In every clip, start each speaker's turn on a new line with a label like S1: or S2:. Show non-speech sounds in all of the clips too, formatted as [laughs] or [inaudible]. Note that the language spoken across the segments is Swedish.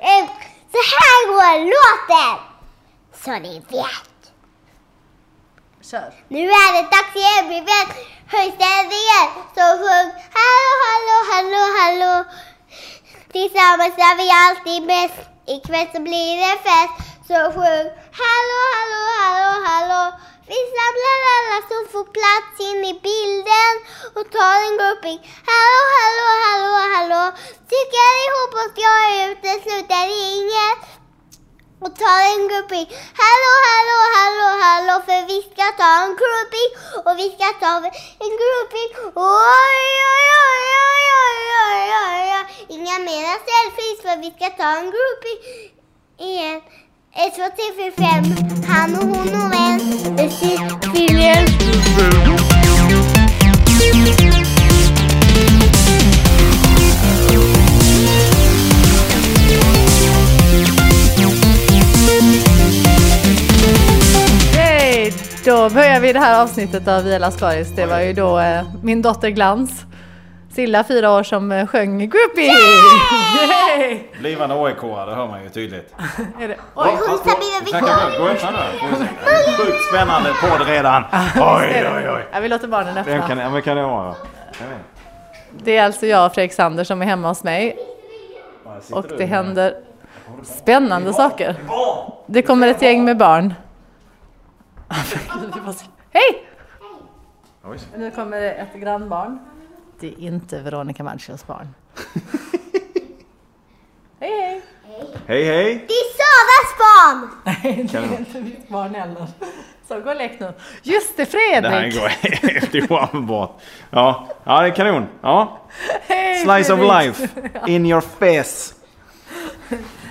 S1: Eh, Så här går låten! Så ni vet.
S2: Kör.
S1: Nu är det dags igen, vi vet höjställningen. Så sjung hallå, hallå, hallå, hallå. Tillsammans är vi alltid bäst. Ikväll så blir det fest. Så sjung hallå, hallå, hallå, hallå. Vi samlar alla som får plats in i bilden och tar en grupping. Hallå, hallå, hallå, hallå. Tycker ihop och jag utesluter inget. Och ta en groupie. Hallå, hallå, hallå, hallå. För vi ska ta en groupie. Och vi ska ta en groupie. Oj, oj, oj, oj, oj, oj, oj, oj. Inga mera selfies för vi ska ta en groupie. Igen. Ett, två, tre, fyra, fem. Han och hon och en. Tydligen.
S2: Yay! Då börjar vi det här avsnittet av Via Lascaris. Det var ju då eh, min dotter Glans, Silla fyra år, som eh, sjöng Groupie! Yay!
S3: Blivande AIK-are hör man ju tydligt.
S2: Är det, oj,
S1: Hon ska bli
S3: Snacka gå öppna nu. Sjukt spännande podd redan. Oj, oj, oj.
S2: ja, vi låter barnen
S3: Vem kan,
S2: öppna.
S3: vem kan det vara? Jag vet inte.
S2: Det är alltså jag och Fredrik Sander som är hemma hos mig
S3: Ja, här sitter
S2: och
S3: du
S2: det
S3: med-
S2: händer spännande saker.
S3: Åh!
S2: Det kommer ett gäng med [laughs] barn. Vi får se. Hej!
S3: Oj.
S2: Nu kommer det ett grannbarn. Det är inte Veronica Maggios [laughs] barn. hej hej!
S3: Hej hej!
S1: Det är Saras barn!
S2: Nej, det är inte mitt barn heller. Så gå och lek nu. Just det, Fredrik!
S3: [laughs] Det här går helt oanbart. Ja. ja, det är kanon. Ja.
S2: [laughs] Hej,
S3: Slice of
S2: Fredrik. [laughs]
S3: life. In your face.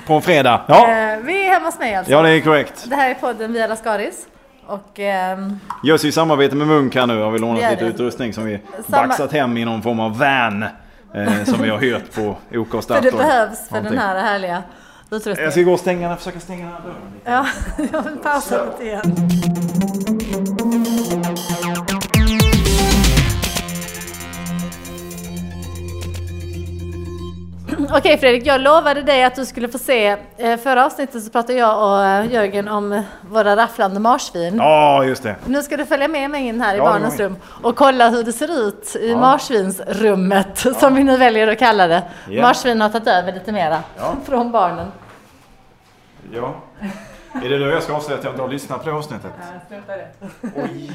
S3: På en fredag. Ja,
S2: Eh, vi är hemma hos mig alltså.
S3: ja det är korrekt.
S2: Det här är podden Via Lascaris. Och ehm,
S3: Görs i samarbete med Munk här nu har vi lånat
S2: Det är
S3: lite
S2: det.
S3: utrustning som vi
S2: Samma-
S3: baxat hem i någon form av van. Eh, som vi har hyrt på OK
S2: för
S3: Statoil.
S2: det behövs för
S3: Någonting.
S2: den här härliga
S3: Jag
S2: utrustningen.
S3: ska gå och stänga den, försöka stänga den här dörren lite.
S2: Ja, [laughs] jag vill pausa lite igen. Okej Fredrik, jag lovade dig att du skulle få se. eh, Förra avsnittet så pratade jag och eh, Jörgen om eh, våra rafflande marsvin.
S3: Ja, just det.
S2: Nu ska du följa med mig in här i
S3: Ja,
S2: barnens
S3: det var
S2: rum och kolla hur det ser ut i marsvinsrummet, som vi nu väljer att kalla det.
S3: Ja.
S2: Marsvin har tagit över lite mera
S3: Ja.
S2: [laughs] från barnen.
S3: Ja. Är det nu jag ska avslöja att jag inte har lyssnat på det avsnittet? Oj,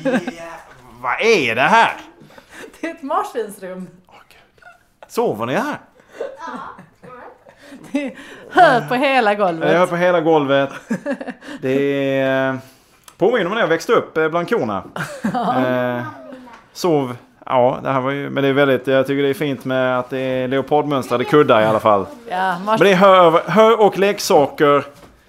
S3: vad är det här?
S2: [laughs] Det är ett marsvinsrum.
S3: Sover ni här?
S2: [laughs] Hö på hela
S3: Jag
S2: golvet.
S3: är på
S2: [laughs]
S3: hela golvet. Det är... eh, Påminner om när jag växte upp eh,
S2: [laughs]
S3: bland korna. Eh, sov... Ja, det här var ju... Men det är väldigt... Jag tycker det är fint med att det är leopardmönstrade kuddar i alla fall.
S2: Ja, mars...
S3: Men det är hö, hö och leksaker.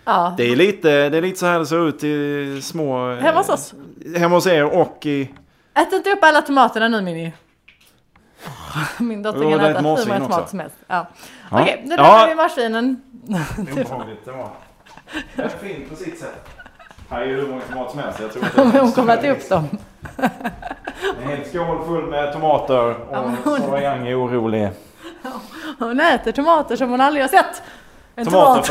S2: ja.
S3: Det är, lite, det är lite så här det ser ut i små... eh,
S2: Hemma hos oss.
S3: Hemma hos er och i...
S2: Ät inte upp alla tomaterna nu Minnie. [laughs] Min dotter
S3: Jo,
S2: kan
S3: det är ett
S2: äta hur många
S3: marsvin
S2: tomater
S3: också.
S2: som helst. Ja.
S3: Ja.
S2: Okej, nu
S3: Ja.
S2: lämnar vi marsvinen.
S3: Obehagligt det var. Det är fint på sitt sätt. Här är ju hur många tomater som helst. Jag tror att
S2: [laughs] [laughs] Hon kommer att äta upp dem.
S3: En hel skål full med tomater och Sara Young är orolig.
S2: Hon äter tomater som hon aldrig har sett. En
S3: Tomater
S2: tomat.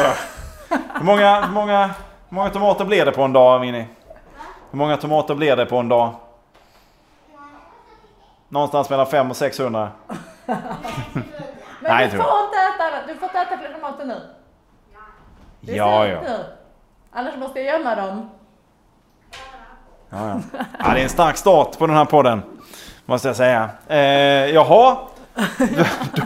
S3: för... Hur många, hur många, hur många tomater blir det på en dag Minnie? Hur många tomater blir det på en dag? Någonstans mellan 500 och 600.
S2: Men
S3: Nej,
S2: du
S3: tror
S2: får inte äta alla. Du får inte äta fler tomater nu. Det är
S3: Ja, ja.
S2: slut nu. Annars måste jag gömma dem.
S3: Ja, ja. ja, det är en stark start på den här podden. Måste jag säga. Eh,
S2: [laughs]
S3: jaha.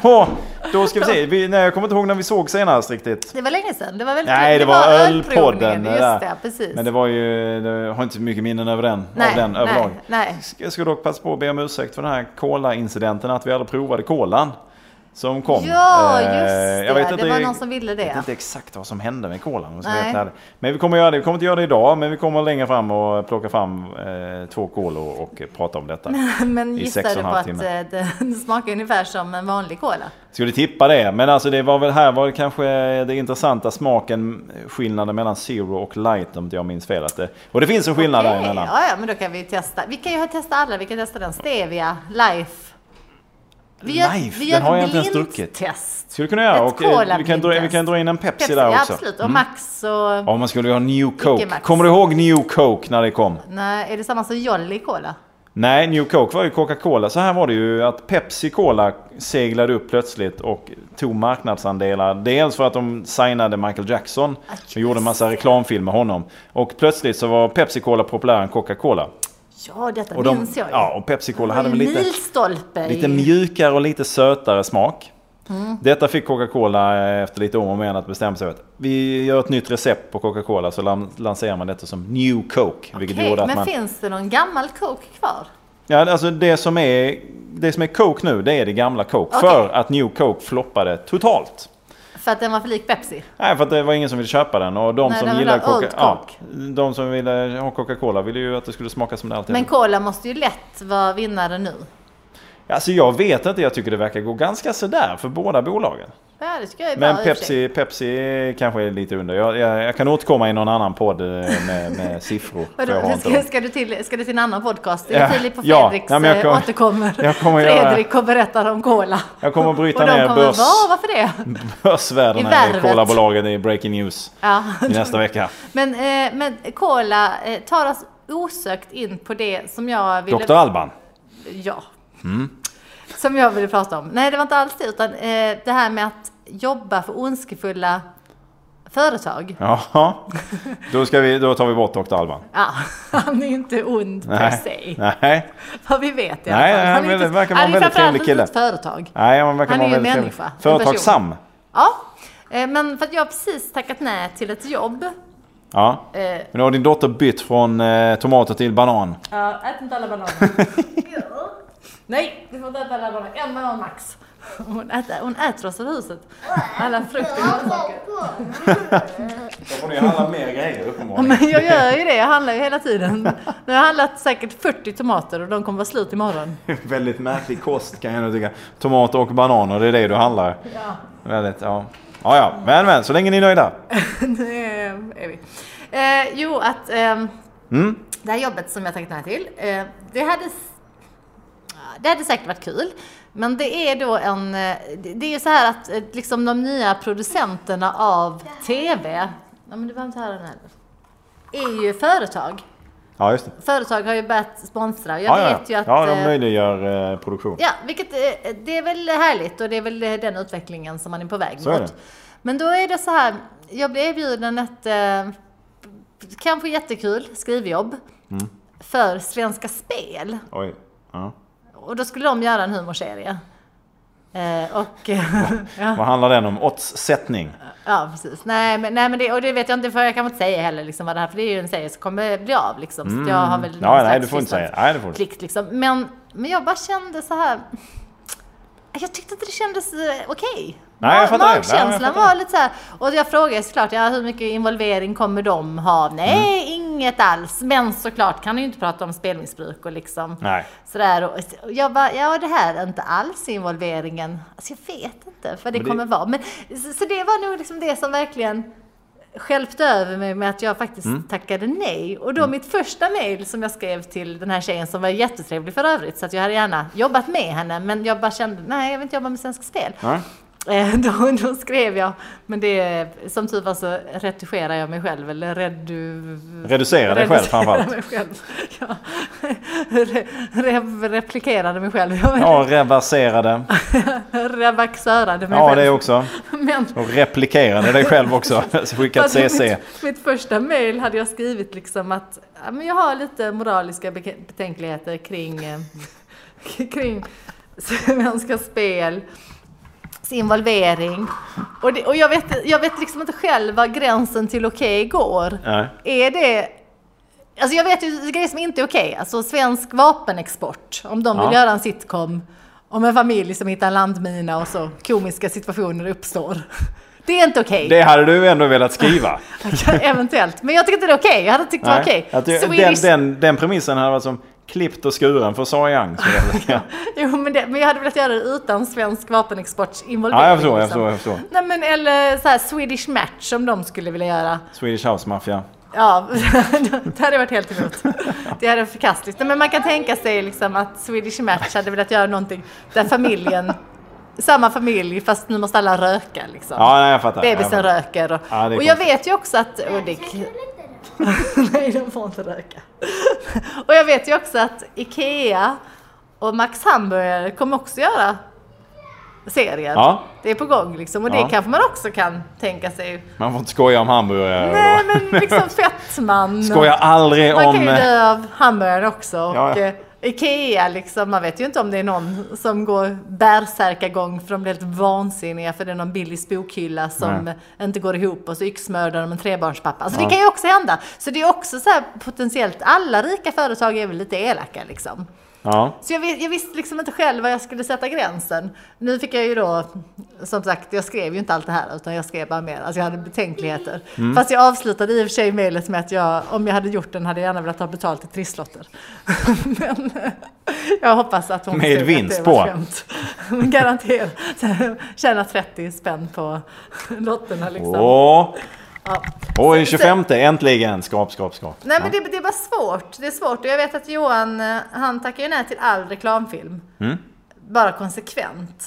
S3: Då, då ska vi se. Vi, nej, jag kommer inte ihåg när vi såg senast riktigt.
S2: Det var länge sedan. Det var väldigt
S3: Nej, det var
S2: ölprovningen.
S3: ölpodden, det
S2: Just
S3: där.
S2: det, precis.
S3: Men det var ju, jag har inte mycket minnen över den,
S2: nej,
S3: av den överlag.
S2: Nej, nej.
S3: Jag ska dock passa på att be om ursäkt för den här cola-incidenten, att vi aldrig provade kolan som kom.
S2: Ja,
S3: Eh,
S2: just det.
S3: Jag vet
S2: det
S3: inte,
S2: var någon som ville
S3: jag vet
S2: det.
S3: inte exakt vad som hände med kolan. om jag ska
S2: Nej.
S3: vara helt ärlig. Men vi kommer göra det. Vi kommer inte göra det idag, men vi kommer längre fram och plocka fram eh, två kolor och eh, prata om detta.
S2: [laughs] Men
S3: I
S2: gissar
S3: sex och
S2: du
S3: en
S2: på
S3: halv
S2: att eh,
S3: timme.
S2: det, det smakar ungefär som en vanlig cola?
S3: Skulle tippa det, men alltså det var väl här var det kanske det intressanta smaken, skillnaden mellan zero och light om inte jag minns fel. Att det, och det finns en skillnad
S2: Okej,
S3: däremellan.
S2: Ja, ja, men då kan vi testa. Vi kan ju testa alla. Vi kan testa den stevia, life. Vi gör,
S3: Life,
S2: vi gör
S3: den har jag
S2: ett
S3: inte ens druckit.
S2: blindtest.
S3: Skulle du kunna göra.
S2: Ett
S3: Och, eh, vi, kan dra,
S2: cola-blindtest.
S3: vi kan dra in en Pepsi,
S2: Pepsi,
S3: där
S2: ja,
S3: också. Mm.
S2: absolut. Och Max och...
S3: Ja, man skulle ju ha New Coke.
S2: Max.
S3: Kommer du ihåg New Coke när det kom?
S2: Nej, är det samma som Jolly Cola?
S3: Nej, New Coke var ju Coca-Cola. Så här var det ju att Pepsi Cola seglade upp plötsligt och tog marknadsandelar. Dels för att de signade Michael Jackson
S2: Ah,
S3: och gjorde en massa
S2: just
S3: reklamfilm med honom. Och plötsligt så var Pepsi Cola populärare än Coca-Cola.
S2: Ja, detta
S3: Och de,
S2: minns jag ju.
S3: ja, och Pepsi Cola hade väl lite...
S2: Milstolpe. i- Mm.
S3: Lite mjukare och lite sötare smak. Detta fick Coca-Cola eh, efter lite om och men att bestämma sig för att vi gör ett nytt recept på Coca-Cola så lan- lanserar man detta som New Coke. vilket
S2: Okej,
S3: gjorde att
S2: men
S3: man...
S2: finns det någon gammal Coke kvar?
S3: Ja, alltså det som, är, det som är Coke nu det är det gamla Coke.
S2: Okej.
S3: För att New Coke floppade totalt.
S2: För att den var för lik Pepsi?
S3: Nej, för att det var ingen som ville köpa den och de
S2: Nej,
S3: som
S2: de ville
S3: gillar
S2: ha Old
S3: Coca- ja, de som ville ha Coca-Cola ville ju att det skulle smaka som det alltid
S2: Men
S3: är.
S2: Cola måste ju lätt vara vinnare nu.
S3: Alltså jag vet inte, jag tycker det verkar gå ganska sådär för båda bolagen.
S2: Ja, det tycker jag är bra
S3: Men
S2: i och för sig.
S3: Pepsi, Pepsi kanske är lite under. Jag, jag, jag kan återkomma i någon annan podd eh, med,
S2: [laughs]
S3: med siffror. för jag har
S2: Vadå,
S3: inte
S2: ska,
S3: dem.
S2: ska, du till, ska du till en annan podcast? Det är
S3: Ja,
S2: Filip och
S3: ja.
S2: Fredriks
S3: Nej, men jag
S2: eh,
S3: kommer-
S2: återkommer.
S3: [laughs] jag kommer göra-
S2: Fredrik och berättar om Cola.
S3: Jag kommer att bryta
S2: och de
S3: ner
S2: kommer,
S3: börs,
S2: va? Varför det? i
S3: [laughs] börsvärdena i
S2: värvet.
S3: kolabolagen i Breaking
S2: [laughs]
S3: News
S2: Ja.
S3: i nästa vecka.
S2: Men, eh, men Cola eh, tar oss osökt in på det som jag ville...
S3: Dr. Alban.
S2: Ja.
S3: Mm.
S2: Som jag ville prata om. Nej, det var inte alls det, utan eh, det här med att jobba för ondskefulla företag. [laughs]
S3: Jaha. Då, ska vi, då tar vi bort Dr. Alban.
S2: Ja, [laughs] han är ju inte ond per se.
S3: Nej.
S2: Vad vi vet i
S3: Nej,
S2: alla fall.
S3: han
S2: är
S3: väl- verkar vara
S2: han är
S3: en väldigt
S2: framförallt
S3: trevlig
S2: inte
S3: kille.
S2: ett företag.
S3: Nej, han verkar
S2: Han är
S3: vara
S2: ju en
S3: väldigt trevlig.
S2: människa, en person.
S3: Företagsam.
S2: Ja, eh, men för att jag har precis tackat nej till ett jobb.
S3: Ja.
S2: Eh,
S3: Men då har din dotter bytt från eh, tomater till banan.
S2: Ja, ät inte alla [laughs] bananer. Nej, du får inte äta alla bananer. En banan max. Hon äter, hon äter oss över huset. Alla frukt och grönsaker.
S3: Då får ni handla mer grejer uppenbarligen.
S2: Men jag gör ju det, jag handlar ju hela tiden. Nu har jag handlat säkert 40 tomater och de kommer vara slut imorgon.
S3: [laughs] Väldigt märklig kost kan jag nog tycka. Tomater och bananer, det är det du handlar.
S2: Ja.
S3: Väldigt, ja. Ja, ja. Men, men, så länge ni är nöjda.
S2: [laughs] Det är vi. Eh, jo, att ehm,
S3: Mm.
S2: det här jobbet som jag tagit nej till, eh, det hade s- ja, det hade säkert varit kul, men det är då en... eh, det- Det är ju så här att eh, liksom de nya producenterna av TV, ja men du behöver inte höra den heller, är ju företag.
S3: Ja, just det.
S2: Företag har ju börjat sponsra och jag
S3: Ja, ja,
S2: vet ju
S3: ja.
S2: att...
S3: ja, de
S2: eh,
S3: möjliggör eh, produktion.
S2: Ja, vilket eh, det är väl härligt och det är väl eh, den utvecklingen som man är på väg
S3: Så är
S2: mot.
S3: det.
S2: Men då är det så här, jag blev erbjuden ett eh, kanske jättekul skrivjobb
S3: Mm.
S2: för Svenska Spel.
S3: Oj. Ja.
S2: Och då skulle de göra en humorserie. Eh, och, [laughs] ja,
S3: Vad handlar den om? Oddssättning?
S2: ja, precis. Nej, men, nej, men det, och det vet jag inte, för jag kan inte säga heller liksom vad det här, för det är ju en serie som kommer bli av liksom. Så att jag har väl någon
S3: Mm. Ja, nej,
S2: slags
S3: du får inte
S2: distans
S3: säga. Nej, det får du.
S2: klick liksom. Men, men jag bara kände så här. Jag tyckte inte det kändes eh, okej.
S3: Nej, jag
S2: Ma-
S3: fattar det. Nej, jag
S2: Magkänslan
S3: fattar
S2: var lite så här. Och jag frågade såklart, ja, hur mycket involvering kommer de ha? Nej,
S3: Mm.
S2: inget alls. Men såklart kan du ju inte prata om spelmissbruk och liksom
S3: Nej.
S2: sådär. Och och jag bara, ja det här är inte alls involveringen. Alltså jag vet inte vad det,
S3: Men det-
S2: kommer vara. Men, så, så det var nog liksom det som verkligen stjälpte över mig med att jag faktiskt
S3: Mm.
S2: tackade nej. Och då mitt första mejl som jag skrev till den här tjejen som var jättetrevlig för övrigt, så att jag hade gärna jobbat med henne, men jag bara kände, nej jag vill inte jobba med Svenska Spel.
S3: Ja.
S2: Eh, [laughs] Då, då skrev jag, men det, som tur var så retuscherar jag mig själv, eller redu...
S3: Reducera dig själv framförallt.
S2: mig själv. Ja. Re, re, replikerade mig själv.
S3: Ja, reverserade.
S2: Revaxörade mig
S3: Ja,
S2: själv.
S3: det också.
S2: Men
S3: Och replikerade dig själv också. Skickat
S2: Fast
S3: CC.
S2: Mitt, mitt första mejl hade jag skrivit liksom att ja, men jag har lite moraliska beke- betänkligheter kring, eh, [laughs] kring svenska spel sin involvering. Och, det, och jag, vet, jag vet liksom inte själv vad gränsen till okej går.
S3: Nej.
S2: Är det... Alltså jag vet ju grejer som inte är okej. Alltså svensk vapenexport, om de vill
S3: Ja.
S2: göra en sitcom om en familj som hittar en landmina och så komiska situationer uppstår. [laughs] Det är inte okej.
S3: Det hade du ändå velat skriva.
S2: Eventuellt. Men jag tycker inte det är okej. Jag hade tyckt det var
S3: Nej,
S2: [laughs] okej.
S3: att du- den,
S2: Swedish...
S3: den, den premissen hade varit som klippt och skuren för Sara Young. skulle
S2: [laughs]
S3: jag säga.
S2: Jo, men, det, men jag hade velat göra det utan svensk liksom. vapenexports involvering.
S3: ja, jag förstår, jag förstår, jag förstår.
S2: Nej, men eller så här Swedish Match som de skulle vilja göra.
S3: Swedish House Mafia.
S2: Ja, [laughs] det hade varit helt emot. Det hade varit förkastligt. Nej, Men man kan tänka sig liksom att Swedish Match hade velat göra någonting där familjen, samma familj fast nu måste alla röka liksom.
S3: Ja, nej, jag fattar. jag
S2: Bebisen
S3: fattar.
S2: röker och,
S3: Ja, det är
S2: och jag
S3: konstigt.
S2: vet ju också att... Och det, [laughs] nej, de får inte röka. och jag vet ju också att IKEA och Max Hamburgare kommer också göra serier.
S3: Ja.
S2: Det är på gång liksom och det
S3: Ja.
S2: kanske man också kan tänka sig.
S3: Man får inte skoja om hamburgare.
S2: Nej
S3: och-
S2: men
S3: [laughs]
S2: liksom fettman.
S3: Skoja aldrig
S2: Man
S3: om... eh,
S2: kan ju dö av hamburgaren också. Och
S3: Ja, ja.
S2: eh, Ikea liksom, man vet ju inte om det är någon som går bärsärkagång för de blir helt vansinniga för det är någon billig spokhylla som
S3: Nej.
S2: inte går ihop och så yxmördar de en trebarnspappa. Alltså det kan ju också hända. Så det är också så här potentiellt, alla rika företag är väl lite elaka liksom.
S3: Ja.
S2: Så jag, vis- jag visste liksom inte själv var jag skulle sätta gränsen. Nu fick jag ju då, som sagt, jag skrev ju inte allt det här utan jag skrev bara mer, alltså jag hade betänkligheter.
S3: Mm.
S2: Fast jag avslutade i och för sig mejlet med att jag, om jag hade gjort den hade jag gärna velat ha betalt till trisslotter. [laughs] Men eh, jag hoppas att hon
S3: Med
S2: förstod att
S3: vinst
S2: det var
S3: på.
S2: skämt. Garanterat. [laughs] Tjäna 30 spänn på [laughs] lotterna liksom.
S3: Åh,
S2: Ja.
S3: och den 25 äntligen! Skap, skap, skap.
S2: Nej men det, det är bara svårt. Det är svårt och jag vet att Johan, eh, han tackar ju nej till all reklamfilm.
S3: Mm.
S2: Bara konsekvent.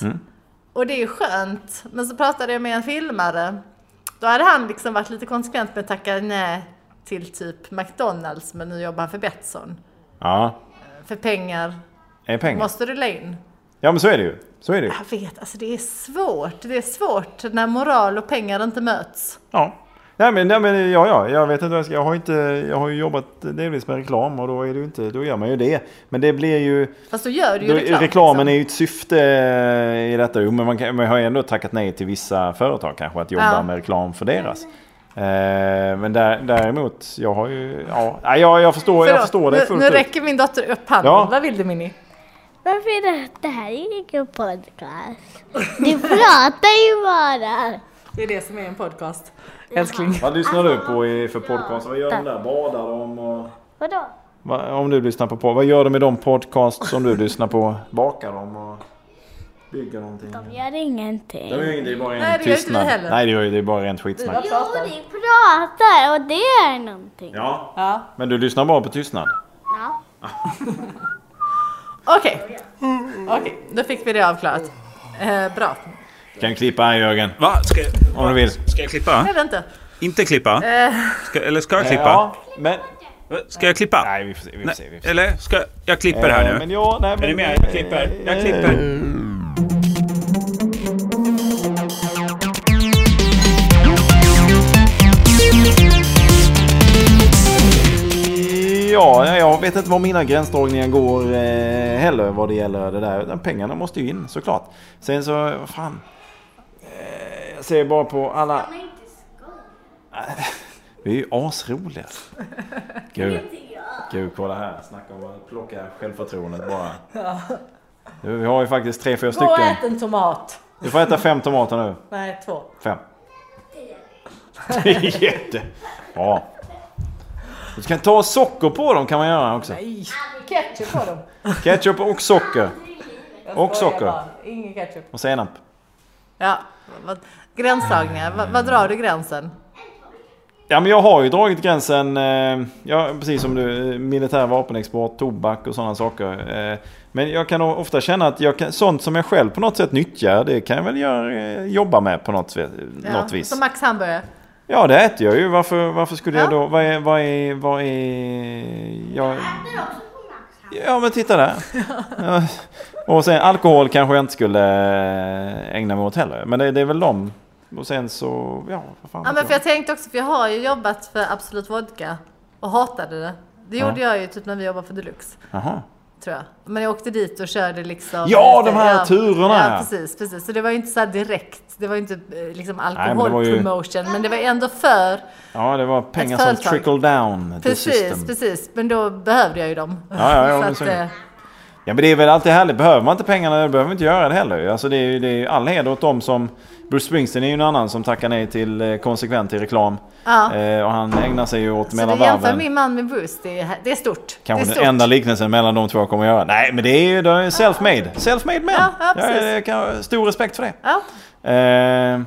S2: Och det är ju skönt. Men så pratade jag med en filmare. Då hade han liksom varit lite konsekvent med att tacka nej till typ McDonalds men nu jobbar han för Betsson.
S3: Ja,
S2: För pengar
S3: det är pengar.
S2: måste du lägga in.
S3: Ja men så är det ju. Så är det ju.
S2: Jag vet, alltså det är svårt. Det är svårt när moral och pengar inte möts.
S3: Ja. Nej men, nej, men ja, ja, jag vet inte vad jag ska, jag har inte, jag har ju jobbat delvis med reklam och då är det ju inte, då gör man ju det. Men det blir ju,
S2: Fast då gör du ju
S3: då,
S2: reklam.
S3: reklamen
S2: liksom.
S3: är ju ett syfte eh, i detta. Jo men man, kan, man har ju ändå tackat nej till vissa företag kanske att jobba
S2: Ja.
S3: med reklam för deras. Eh, men där, däremot, jag har ju, ja, nej, jag, jag förstår, jag
S2: Förlåt,
S3: förstår det
S2: nu,
S3: fullt
S2: nu
S3: ut.
S2: räcker min dotter upp handen.
S3: Ja.
S2: Vad vill du Minnie?
S1: Varför är det, det här är ingen podcast? Du pratar ju bara.
S2: Det är det som är en podcast. Älskling.
S3: Vad lyssnar du på i, för
S2: Alltså,
S3: podcast? Vad gör de där? Badar de och...
S1: Vadå?
S3: Va, om du lyssnar på podd, vad gör de med de podcast som [laughs] du lyssnar på? Bakar de och bygger någonting?
S1: De gör ingenting.
S3: De gör ingenting, det är bara ren
S2: Nej, det gör inte vi
S3: tystnad.
S2: heller.
S3: Nej, det gör ju- det är bara rent skitsnack.
S1: Jo, de pratar och det är någonting.
S3: Ja,
S2: Ja.
S3: men du lyssnar bara på tystnad?
S1: Ja.
S2: Okej. Okej, då fick vi det avklarat. Eh, bra.
S3: Kan ju klippa här Jörgen,
S4: Va? Ska,
S3: om du vill.
S4: ska jag klippa?
S2: Eller inte.
S4: Inte klippa?
S2: Eh.
S4: Ska, eller ska jag klippa?
S3: Ja, men...
S4: Ska jag klippa?
S3: Eh, Nej, vi får se. Vi får se, vi
S4: Nej,
S3: får se.
S4: Eller? Ska, jag klipper
S3: Eh,
S4: här
S3: Men Eh.
S4: nu.
S3: ja, nej, men...
S4: Är ni med? Jag klipper. Jag klipper.
S3: Ja, nej, jag vet inte var mina gränsdragningar går eh, heller vad det gäller det där. Utan pengarna måste ju in såklart. Sen så, vad fan. Eh, jag ser bara på alla... [laughs] Vi är ju
S2: [laughs]
S3: asroliga. Gud. Gud, kolla här. Snacka om att plocka självförtroendet
S2: [laughs]
S3: bara. Du, vi har ju faktiskt tre, fyra
S2: Gå och
S3: stycken.
S2: ät en tomat.
S3: Du får äta fem tomater nu.
S2: Nej, två.
S3: Fem. [laughs] Jätte. Ja. Du kan ta socker på dem kan man göra också.
S2: Nej. Ketchup på dem.
S3: Ketchup och socker. Och socker.
S2: Ingen ketchup.
S3: Och senap.
S2: Ja. vad- Gränsdragningar. Vad vad drar du gränsen?
S3: Ja men jag har ju dragit gränsen, eh, ja, precis som du, eh, militär vapenexport, tobak och sådana saker. Eh, men jag kan o- ofta känna att jag kan, sånt som jag själv på något sätt nyttjar, det kan jag väl göra, eh, jobba med på något, sve- något vis.
S2: Som Max hamburgare.
S3: Ja det äter jag ju, varför, varför skulle jag
S2: Ja.
S3: då, vad är, vad är, vad är, jag... Ja men
S2: [laughs]
S3: titta där. Ja. Och sen alkohol kanske jag inte skulle eh, ägna mig åt heller. Men det, det är väl dem. Och sen så, ja vad fan
S2: Ja,
S3: vet
S2: men
S3: jag.
S2: för jag tänkte också, för jag har ju jobbat för Absolut Vodka och hatade det. Det gjorde jag ju typ när vi jobbade för Deluxe.
S3: Jaha.
S2: Tror jag. Men jag åkte dit och körde liksom...
S3: Ja, de här turerna,
S2: Ja,
S3: ja.
S2: precis, precis. Så det var ju inte så här direkt. Det var ju inte eh, liksom
S3: men det var ju-
S2: alkoholpromotion. Men, det var ändå för...
S3: Ja, det var pengar
S2: Ett
S3: som
S2: företag.
S3: trickle down the
S2: Precis,
S3: system.
S2: precis. Men då behövde jag ju dem.
S3: Ja, ja, ja,
S2: [laughs] så
S3: men
S2: att,
S3: så-
S2: eh,
S3: Ja, men det är väl alltid härligt. Behöver man inte pengarna, då behöver man inte göra det heller. Alltså, det är ju det är ju all heder åt dem som... Bruce Springsteen är ju en annan som tackar nej till eh, konsekvent till reklam.
S2: Ja.
S3: Eh, och han ägnar sig ju åt
S2: så du
S3: mellan
S2: jämför
S3: varven.
S2: min man med Bruce, det är, det är stort. det är
S3: Kanske den
S2: stort.
S3: enda liknelsen mellan de två jag kommer att göra. Nej, men det är ju det är self-made. Self-made man.
S2: Ja, ja,
S3: jag,
S2: precis.
S3: jag kan ha stor respekt för det.
S2: Ja,
S3: Eh,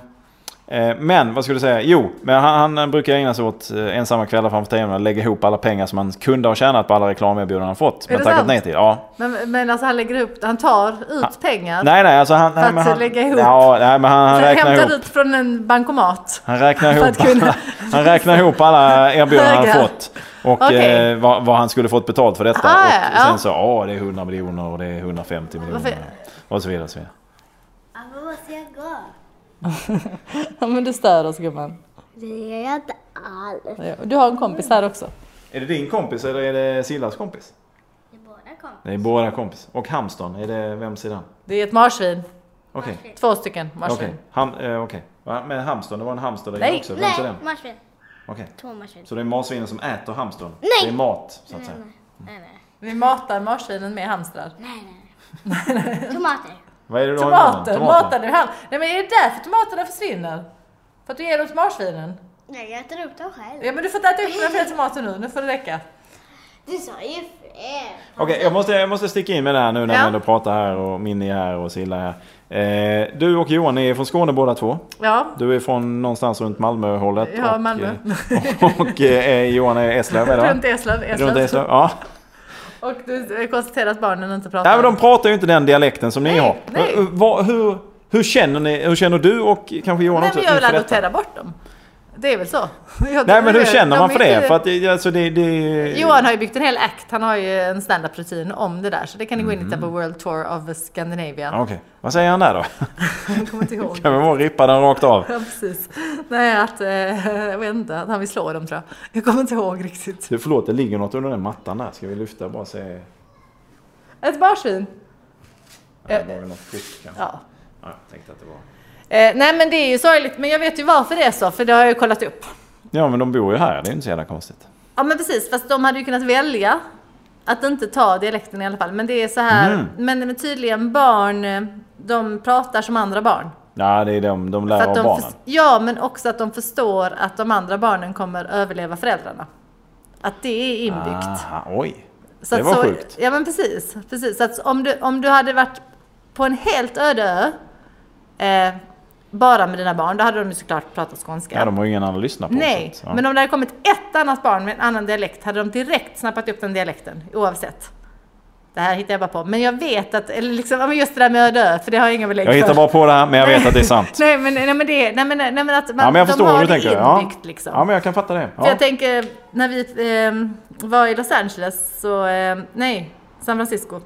S3: Eh, Men vad skulle du säga? Jo, men han, han brukar ägna sig åt eh, ensamma kvällar framför tvn och lägga ihop alla pengar som han kunde ha tjänat på alla reklamerbjudanden han fått. Men
S2: det
S3: tackat
S2: sant?
S3: nej till. Ja.
S2: Men, men alltså han lägger upp, han tar ut pengar.
S3: Nej, nej, alltså han... nej,
S2: att
S3: men han,
S2: lägga ihop.
S3: Ja, nej, men han, han
S2: Han
S3: räknar ihop.
S2: hämtar ut från en bankomat.
S3: Han räknar
S2: För
S3: ihop,
S2: att kunna-
S3: [laughs] han räknar ihop alla erbjudanden han
S2: Höga.
S3: fått. Och
S2: Okej.
S3: eh, vad, vad han skulle fått betalt för detta.
S2: Ah,
S3: och
S2: ja, ja.
S3: sen så, ja det är 100 miljoner och det är 150 miljoner.
S2: Varför-
S3: Och så vidare. Och så vidare.
S1: Varför måste jag gå?
S2: Ja men du stör oss gumman.
S1: Det gör jag inte alls.
S2: Du har en kompis här också.
S3: Är det din kompis eller är det Sillas kompis?
S1: Det är båda kompisar.
S3: Det är båda kompis. Och hamstern, är det vem sidan?
S2: Det är ett marsvin.
S3: Okej.
S2: Två stycken
S3: Okej.
S2: marsvin.
S3: Ham, eh, okej. Va? Men hamstern, det var en hamster där
S2: Nej,
S3: inne också. Vem är
S1: Nej,
S3: den?
S1: marsvin.
S3: Okej.
S1: Två marsvin.
S3: Så det är marsvinen som äter hamstern? Nej! Det är mat, så att säga.
S1: Nej, nej.
S2: Vi matar marsvinen med hamstrar.
S1: Nej, nej. Tomater.
S3: Vad är det du har i
S2: Tomater,
S3: munnen?
S2: matar du ham? Nej men är det därför tomaterna försvinner? För att du ger dem till marsvinen?
S1: Nej, jag äter upp dem själv.
S2: Ja men du får inte äta upp dina fler tomater nu, nu får det räcka.
S1: Du sa ju fler.
S3: Okej, jag, måste, jag måste sticka in med det här nu när
S2: Ja.
S3: vi ändå pratar här och Minni är här och Silla är här. Eh, du och Johan är från Skåne båda två.
S2: Ja,
S3: Du är från någonstans runt Malmöhållet.
S2: Ja,
S3: och,
S2: Malmö.
S3: eh, Och, och eh, Johan är i Eslöv, är det va?
S2: runt Eslöv.
S3: Runt
S2: Eslöv.
S3: Eslöv, ja.
S2: Och du konstaterar att barnen inte pratar.
S3: Nej, men de pratar ju inte den dialekten som ni
S2: Nej,
S3: har.
S2: nej.
S3: Men, eh, vad- hur, hur, känner ni, hur känner du och kanske Johan
S2: Nej,
S3: också
S2: men jag vill
S3: inför detta?
S2: adoptera bort dem. Det är väl så. [laughs] Jag
S3: Nej men hur
S2: tycker det.
S3: känner man
S2: De
S3: för
S2: är
S3: det?
S2: ju-
S3: För att det, alltså det, det...
S2: Johan har ju byggt en hel act, han har ju en stand-up rutin om det där. Så det kan ni gå in och titta på
S3: Mm.
S2: World Tour of Scandinavia.
S3: Okej, vad säger han där då? [laughs]
S2: Jag kommer inte ihåg.
S3: Kan vi bara rippa den rakt av?
S2: Ja, precis. Nej, att, eh, jag vet inte, att han vill slå dem tror jag. Jag kommer inte ihåg riktigt.
S3: Du förlåt, det ligger något under den mattan där. Ska vi lyfta bara se?
S2: Ett marsvin.
S3: Nej, det var väl något skit kanske.
S2: Eh. Ja.
S3: Ja, jag tänkte att det var...
S2: Eh, nej men det är ju sorgligt, men jag vet ju varför det är så, för det har jag ju kollat upp.
S3: Ja men de bor ju här, det är inte så jävla konstigt.
S2: Ja men precis, fast de hade ju kunnat välja att inte ta dialekten i alla fall. Men det är så här,
S3: Mm.
S2: men det är tydligen barn, eh, de pratar som andra barn.
S3: Nej, det är de, de
S2: För
S3: lär
S2: att
S3: av
S2: de
S3: barnen.
S2: förs- ja, men också att de förstår att de andra barnen kommer överleva föräldrarna. Att det är inbyggt.
S3: Aha, oj.
S2: Så
S3: Ah, det
S2: att
S3: var
S2: så,
S3: sjukt.
S2: Ja men precis. precis. Så att om, du, om du hade varit på en helt öde ö, eh, bara med dina barn, då hade de ju såklart pratat skånska.
S3: Ja, de har ju ingen annan att lyssna på.
S2: Nej,
S3: så att- ja.
S2: men om det hade kommit ett annat barn med en annan dialekt hade de direkt snappat upp den dialekten oavsett. Det här hittar jag bara på. Men jag vet att, eller liksom, ja, men just det där med öde ö, för det har jag inga belägg
S3: Jag hittar
S2: för.
S3: bara på det här, men jag vet att det är sant.
S2: [laughs] Nej men, nej, men det, nej, men, nej, men att man,
S3: ja, men
S2: de
S3: jag förstår
S2: har
S3: hur du
S2: det
S3: tänker. Ja.
S2: inbyggt liksom.
S3: ja, men jag kan fatta det.
S2: För
S3: Ja.
S2: jag tänker, när vi ehm, var i Los Angeles, så, ehm, nej, San Francisco,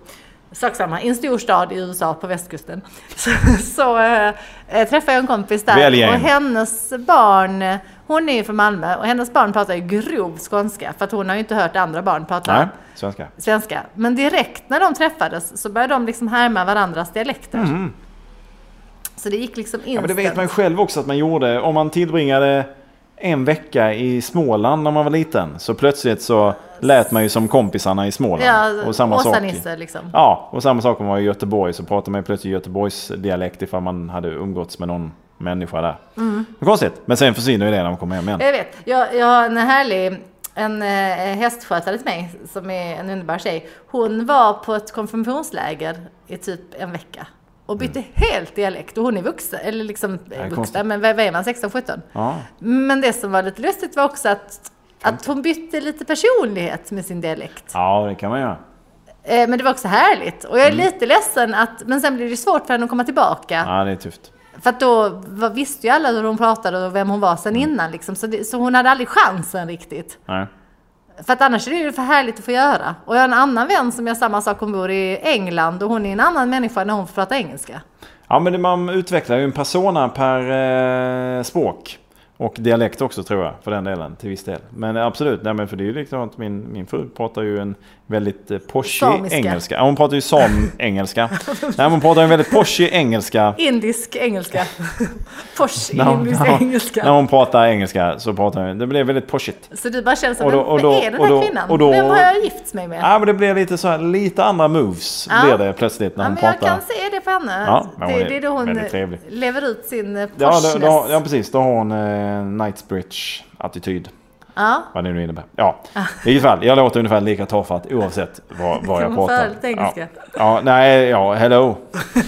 S2: sak samma, i en stor stad i USA på västkusten, [laughs] så, så eh, eh, träffade jag en kompis där
S3: Välj en.
S2: och hennes barn, eh, hon är ju från Malmö och hennes barn pratar ju grov skånska för att hon har ju inte hört andra barn prata
S3: Nej, svenska.
S2: svenska. Men direkt när de träffades så började de liksom härma varandras dialekter. Så det gick liksom
S3: Mm. Ja, men det
S2: instant.
S3: vet man ju själv också att man gjorde. Om man tillbringade en vecka i Småland när man var liten så plötsligt så lät man ju som kompisarna i Småland.
S2: ja,
S3: och samma sak.
S2: Åsa-Nisse liksom.
S3: Ja, och samma sak om man var i Göteborg så pratade man ju plötsligt Göteborgs dialekt ifall man hade umgåtts med någon människa där.
S2: Mm.
S3: Det är Konstigt, men sen försvinner ju det när man kommer hem igen.
S2: Jag vet. Jag, jag har en härlig en eh, hästskötare till mig som är en underbar tjej. Hon var på ett konfirmationsläger i typ en vecka och bytte helt dialekt och hon är vuxen, eller liksom
S3: Mm. är
S2: eh,
S3: konstigt.
S2: vuxen, men vad vad är man, 16-17?
S3: Ja.
S2: Men det som var lite lustigt var också att, att hon bytte lite personlighet med sin dialekt.
S3: ja, det kan man göra.
S2: Eh, Men det var också härligt. Och jag är lite ledsen att, men sen blev det svårt för henne att komma tillbaka.
S3: Mm. Ja, det är tufft.
S2: För att då var, visste ju alla hur hon pratade och vem hon var
S3: Mm.
S2: sen innan liksom. Så, det, så hon hade aldrig chansen riktigt.
S3: Nej.
S2: För att annars är det ju för härligt att få göra. Och jag har en annan vän som gör samma sak, hon bor i England och hon är en annan människa när hon får prata engelska.
S3: Ja, men det, man utvecklar ju en persona per eh, språk. Och dialekt också tror jag, för den delen, till viss del. Men absolut, nej, men för det är ju likadant. Min, min fru pratar ju en väldigt eh, poshig
S2: Samiska.
S3: engelska. Ja, hon pratar
S2: [laughs]
S3: ju sam-engelska. nej, men hon pratar en väldigt poshig engelska.
S2: Indisk [laughs] engelska.
S3: När hon,
S2: Posh-indisk
S3: när, hon, när
S2: engelska.
S3: hon pratar engelska så pratar hon, det blev väldigt poshigt.
S2: Så du bara känner så,
S3: Och då-
S2: vem
S3: och då-
S2: är den
S3: och
S2: här
S3: då-
S2: kvinnan?
S3: och då-
S2: vem har jag gift mig med?
S3: Ja men det blev lite så här, lite andra moves
S2: Ja.
S3: blev det plötsligt när
S2: Ja,
S3: hon
S2: men jag
S3: pratar.
S2: kan se det på henne.
S3: Ja, men hon
S2: det,
S3: är
S2: det är då hon
S3: väldigt trevlig.
S2: lever ut sin eh,
S3: Ja, då,
S2: poshness.
S3: då, ja precis, då har hon eh, Knightsbridge-attityd.
S2: ja. [laughs]
S3: Vad det nu innebär. Ja, i vilket fall. Jag låter ungefär lika tafatt oavsett vad, vad
S2: Kan
S3: jag
S2: man
S3: pratar.
S2: föra lite engelska?
S3: Ja. ja, nej, ja, hello.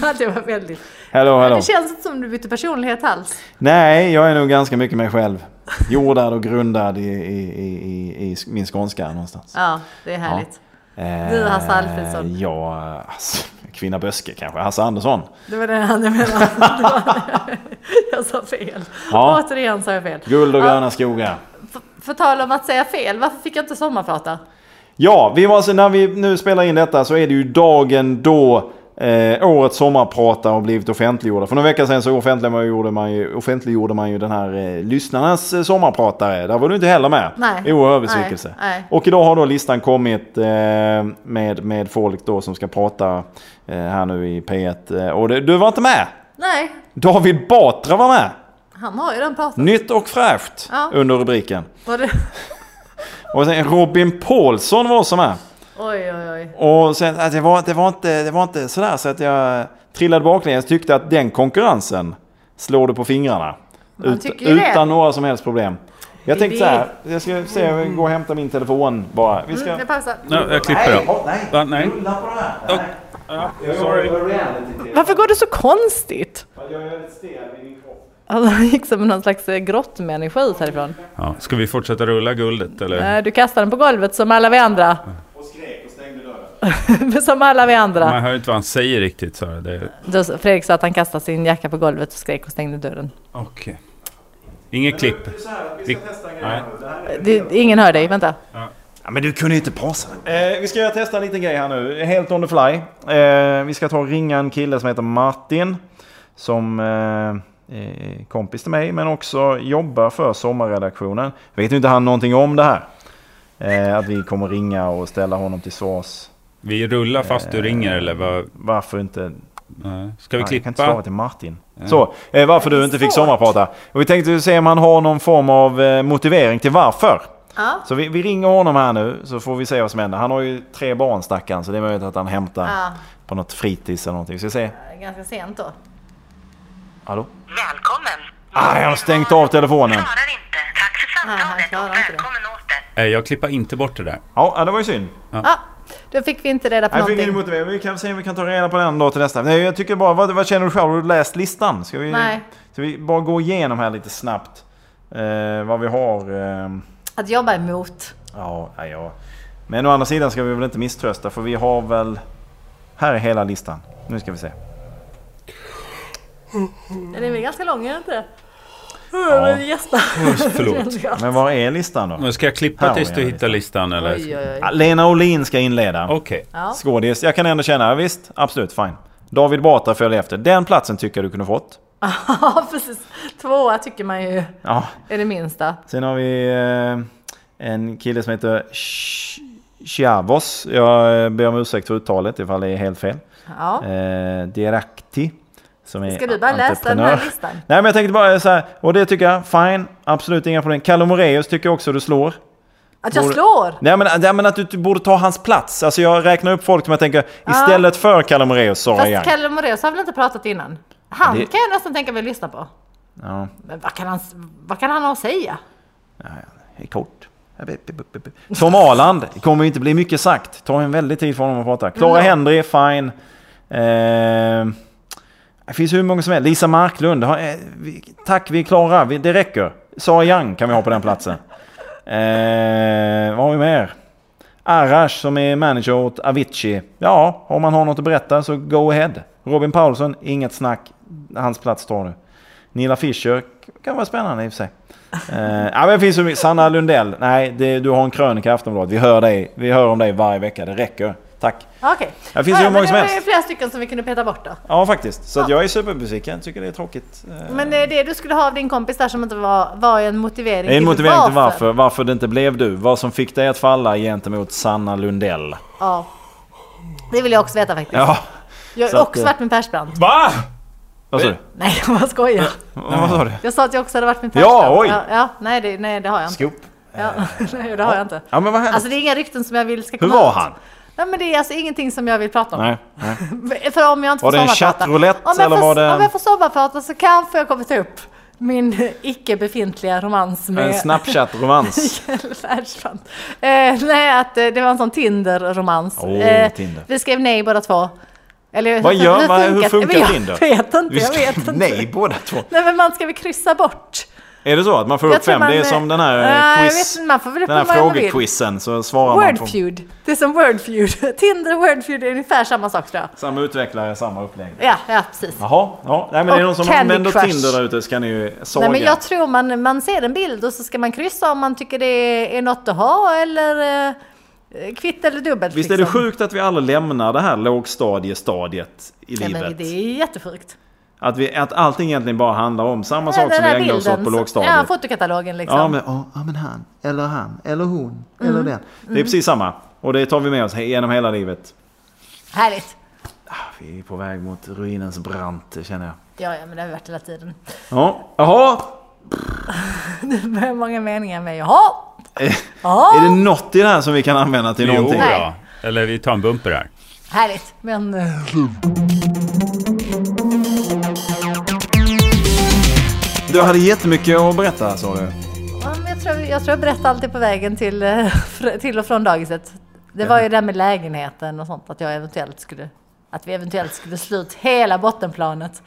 S2: Ja, det var väldigt.
S3: Hallå, hallå.
S2: Det känns inte som du bytte personlighet alls.
S3: Nej, jag är nog ganska mycket mig själv. Jordad och grundad i, i, i, i, i min skånska någonstans.
S2: Ja, det är härligt. Du, Hasse Alfredsson.
S3: Eh, Ja, alltså, kvinna Böske kanske. Hasse Andersson.
S2: Det var det han jag menade. [laughs] jag sa fel.
S3: Ja.
S2: Återigen sa jag fel.
S3: Guld och
S2: Ja.
S3: gröna skogar.
S2: F- För tal om att säga fel, varför fick jag inte sommarprata?
S3: Ja, vi var alltså, när vi nu spelar in detta så är det ju dagen då eh, årets sommarprata har blivit offentliggjorda. För några veckor sedan så offentliggjorde man ju, offentliggjorde man ju den här eh, lyssnarnas eh, sommarpratare. Där var du inte heller med.
S2: Nej.
S3: Oerhörd besvikelse.
S2: Nej, nej.
S3: Och idag har då listan kommit eh, med, med folk då som ska prata eh, här nu i P1. Eh, och det, du var inte med!
S2: Nej,
S3: David Batra var med!
S2: han har ju den pratan.
S3: Nytt och fräscht
S2: Ja.
S3: under rubriken.
S2: Var det?
S3: Och sen Robin Paulsson var också med.
S2: Oj, oj, oj.
S3: Och sen, alltså, det, var, det, var inte, det var inte sådär så att jag trillade baklänges. Tyckte att den konkurrensen slår du på fingrarna.
S2: Man
S3: Ut,
S2: tycker ju det.
S3: utan några som helst problem. Jag
S2: Vi
S3: tänkte så
S2: vet.
S3: här, jag ska se, jag vill gå och hämta min telefon bara. Vi ska...
S2: Mm, jag pausar.
S4: Ja, jag klipper den. Va, nej.
S3: Rulla på det här.
S4: Ja.
S3: Jag gör
S4: sorry.
S3: en reality-tv.
S2: Varför går det så konstigt?
S3: Jag är väldigt stel i min kropp.
S2: Alltså, han gick som någon slags eh, grottmänniska ut härifrån.
S4: Ja, ska vi fortsätta rulla guldet eller?
S2: Eh, Du kastade den på golvet som alla vi andra.
S3: Och skrek och stängde
S2: [laughs]
S3: dörren.
S2: som alla vi andra.
S4: Man hör ju inte vad han säger riktigt. Så här. det...
S2: Då s- Fredrik sa att han kastade sin jacka på golvet och skrek och stängde dörren.
S4: Okej. Inget klipp.
S3: Vi
S4: Vi-
S3: ska testa en
S4: Nej.
S3: grej. Det här är-
S2: Det, ingen hör dig, vänta.
S3: Ja, men du kunde ju inte pausa eh, Vi ska göra- testa en liten grej här nu. Helt on the fly. Eh, vi ska ta och ringa en kille som heter Martin. Som eh, är kompis till mig men också jobbar för sommarredaktionen. Vet ju inte han någonting om det här. Eh, att vi kommer ringa och ställa honom till svars.
S4: Vi rullar fast du ringer eller? Vad?
S3: Varför inte...
S4: Nej. Ska vi
S3: Eh. Nej, jag kan inte svara
S4: klippa?
S3: till Martin. Så, eh, varför du inte fick sommarprata. Och vi tänkte se om han har någon form av eh, motivering till varför.
S2: Ja.
S3: Så vi, vi ringer honom här nu så får vi se vad som händer. Han har ju tre barn stackaren så det är möjligt att han hämtar
S2: ja.
S3: på något fritids eller någonting. Ska vi se?
S2: Ganska sent då.
S3: Hallå?
S5: Välkommen.
S3: Ah, jag har stängt av telefonen.
S5: Svarar inte. Tack för
S2: Nej, han
S5: samtalet
S2: klarar
S5: och
S2: inte det.
S5: välkommen åter.
S4: Eh, Jag klippar inte bort
S3: [laughs]
S4: det där.
S3: Ja, ja, det var ju synd.
S2: Ja, då fick vi inte reda på
S3: Jag fick ingen
S2: någonting.
S3: motivering. Vi kan se om vi kan ta reda på den då till nästa. Nej, jag tycker bara, vad, vad känner du själv? Har du läst listan? Ska vi,
S2: Nej.
S3: Ska vi bara gå igenom här lite snabbt? Eh, vad vi har... ehm,
S2: Att jobba emot.
S3: Ja, ja, ja. Men å andra sidan ska vi väl inte misströsta för vi har väl... Här är hela listan. Nu ska vi se.
S2: Den är väl ganska lång, är den inte det? Ja. Gästa.
S4: Förlåt.
S3: Men var är listan då?
S4: Men ska jag klippa
S3: Här
S4: tills
S3: har
S4: du
S3: jag
S4: hittar listan eller?
S2: Oj, oj,
S3: Ja,
S2: oj.
S3: Lena Olin ska inleda.
S4: Okej.
S2: Ja.
S3: Skådis. Jag kan ändå känna, visst, absolut, fine. David Batra följer efter. Den platsen tycker jag du kunde fått.
S2: ja, [laughs] precis. Tvåa tycker man ju
S3: Ja.
S2: är det minsta.
S3: Sen har vi eh, en kille som heter Ch- Chiavos. Jag eh, ber om ursäkt för uttalet ifall det är helt fel.
S2: Ja.
S3: Eh, Dirakti. Som är
S2: Ska du bara läsa den
S3: entreprenör.
S2: här listan?
S3: Nej men jag tänkte bara så här, och det tycker jag, fine, absolut inga problem. Kalle Moraeus tycker jag också du slår.
S2: Att jag
S3: Borde-
S2: slår?
S3: Nej men, nej men att du, du borde ta hans plats. Alltså jag räknar upp folk som jag tänker, istället för Kalle Moraeus, Sara Young.
S2: Fast Kalle Moraeus har väl inte pratat innan? Han
S3: Det-
S2: kan jag nästan tänka mig lyssna på.
S3: Ja,
S2: Men vad kan han, vad kan han ha att säga?
S3: det är kort. Tom Arland, det kommer ju inte bli mycket sagt. Det tar en väldig tid för honom att prata. Clara Henry, fine. Eh, det finns hur många som helst. Lisa Marklund, ha, eh, vi, tack vi är klara, vi, det räcker. Sara Young kan vi ha på den platsen. Eh, vad har vi mer? Arash som är manager åt Avicii. Ja, om man har något att berätta så go ahead. Robin Paulsson, inget snack. Hans plats tar du. Nilla Fischer, kan vara spännande i och för sig. Eh, ja, men det finns så mycket. Sanna Lundell, nej det, du har en krönika i Aftonbladet. Vi hör, dig, vi hör om dig varje vecka, det räcker. Tack.
S2: Ja, Okej.
S3: Ja, det finns ju hur många
S2: men
S3: som
S2: det var
S3: helst.
S2: ju flera stycken som vi kunde peta bort då.
S3: Ja faktiskt, så att jag är superbesviken, tycker det är tråkigt. Eh,
S2: Men eh, det du skulle ha av din kompis där som inte var, var ju en motivering
S3: Det är en motivering till varför, varför det inte blev du. Vad som fick dig att falla gentemot Sanna Lundell.
S2: Ja. Det vill jag också veta faktiskt.
S3: Ja,
S2: jag
S3: så
S2: har
S3: att,
S2: också
S3: eh,
S2: varit med Persbrandt. [laughs]
S4: Va?
S3: vad sa du?
S2: Nej, jag bara skojar.
S3: Eh, Vad sa du?
S2: Jag sa att jag också hade varit med
S3: Ja,
S2: Persbrandt.
S3: oj.
S2: Ja, ja, nej, det, nej, det har jag inte.
S3: Skop.
S2: Ja, [laughs] nej, det har jag inte.
S3: Ja men vad hände?
S2: Alltså det är inga rykten som jag vill ska
S3: Hur
S2: komma
S3: var
S2: ut.
S3: han?
S2: Nej, men det är alltså ingenting som jag vill prata om.
S3: Nej, nej.
S2: För om jag inte
S3: Var
S2: får
S3: det en
S2: sommarprata.
S3: chattroulette
S2: Om jag
S3: eller
S2: får-
S3: var det-
S2: Om jag får sommarprata så kanske jag kommer ta upp min icke befintliga romans med...
S3: En Snapchat-romans.
S2: Mikael Persbrandt. Eh, nej, att eh, det var en sån Tinder-romans.
S3: Åh, Tinder.
S2: Vi skrev nej båda två. Eller jag
S3: Vad
S2: vet
S3: gör
S2: inte,
S3: man? Hur funkar
S2: men jag
S3: Tinder?
S2: [laughs] vet inte, [laughs]
S3: Vi
S2: jag
S3: ska-
S2: vet inte.
S3: Nej, båda två.
S2: Nej men man ska väl kryssa bort.
S3: Är det så att man får
S2: Jag
S3: upp
S2: tror
S3: fem?
S2: man-
S3: Det är som den
S2: Nej,
S3: här eh,
S2: jag
S3: quiz...
S2: vet inte, man får väl
S3: Den här
S2: uppenbarligen vad man vill.
S3: frågequizen så svarar man på...
S2: Wordfeud. Det är som Wordfeud. [laughs] Tinder och Wordfeud är ungefär samma sak tror jag.
S3: Samma utvecklare, samma upplägg.
S2: Ja, ja precis.
S3: Jaha, ja. Nej, men det är
S2: Och
S3: någon som
S2: Candy
S3: använder
S2: Crush.
S3: Tinder där ute så kan ni ju såga.
S2: Nej, men jag tror man, man ser en bild och så ska man kryssa om man tycker det är något att ha eller eh, kvitt eller dubbelt. liksom.
S3: Visst är det sjukt att vi alla lämnar det här lågstadiestadiet i
S2: Nej,
S3: livet?
S2: men det är jättesjukt.
S3: Att, vi, att allting egentligen bara handlar om samma sak som vi ägnar oss åt på lågstadiet.
S2: Ja, fotokatalogen liksom.
S3: Ja men, ja, ja, men han, eller han, eller hon,
S2: Mm.
S3: eller den. Det är precis samma. Och det tar vi med oss he- genom hela livet.
S2: Härligt.
S3: Ah, Vi är på väg mot ruinens brant, det känner jag.
S2: Ja, ja, men det har vi varit hela tiden. [laughs]
S3: Ja, jaha!
S2: Det börjar många meningar med jaha.
S3: Eh,
S2: Ja,
S3: Är det något i det här som vi kan använda till
S4: Jo,
S3: någonting?
S4: ja. Eller vi tar en bumper här.
S2: härligt. Men... eh,
S3: Du hade jättemycket att berätta sa du.
S2: Ja, men jag, tror, jag tror jag berättade allt det på vägen till, eh, [laughs] fr- till och från dagiset. Det var ju det här med lägenheten och sånt, att jag eventuellt skulle... Att vi eventuellt skulle slå ut hela bottenplanet.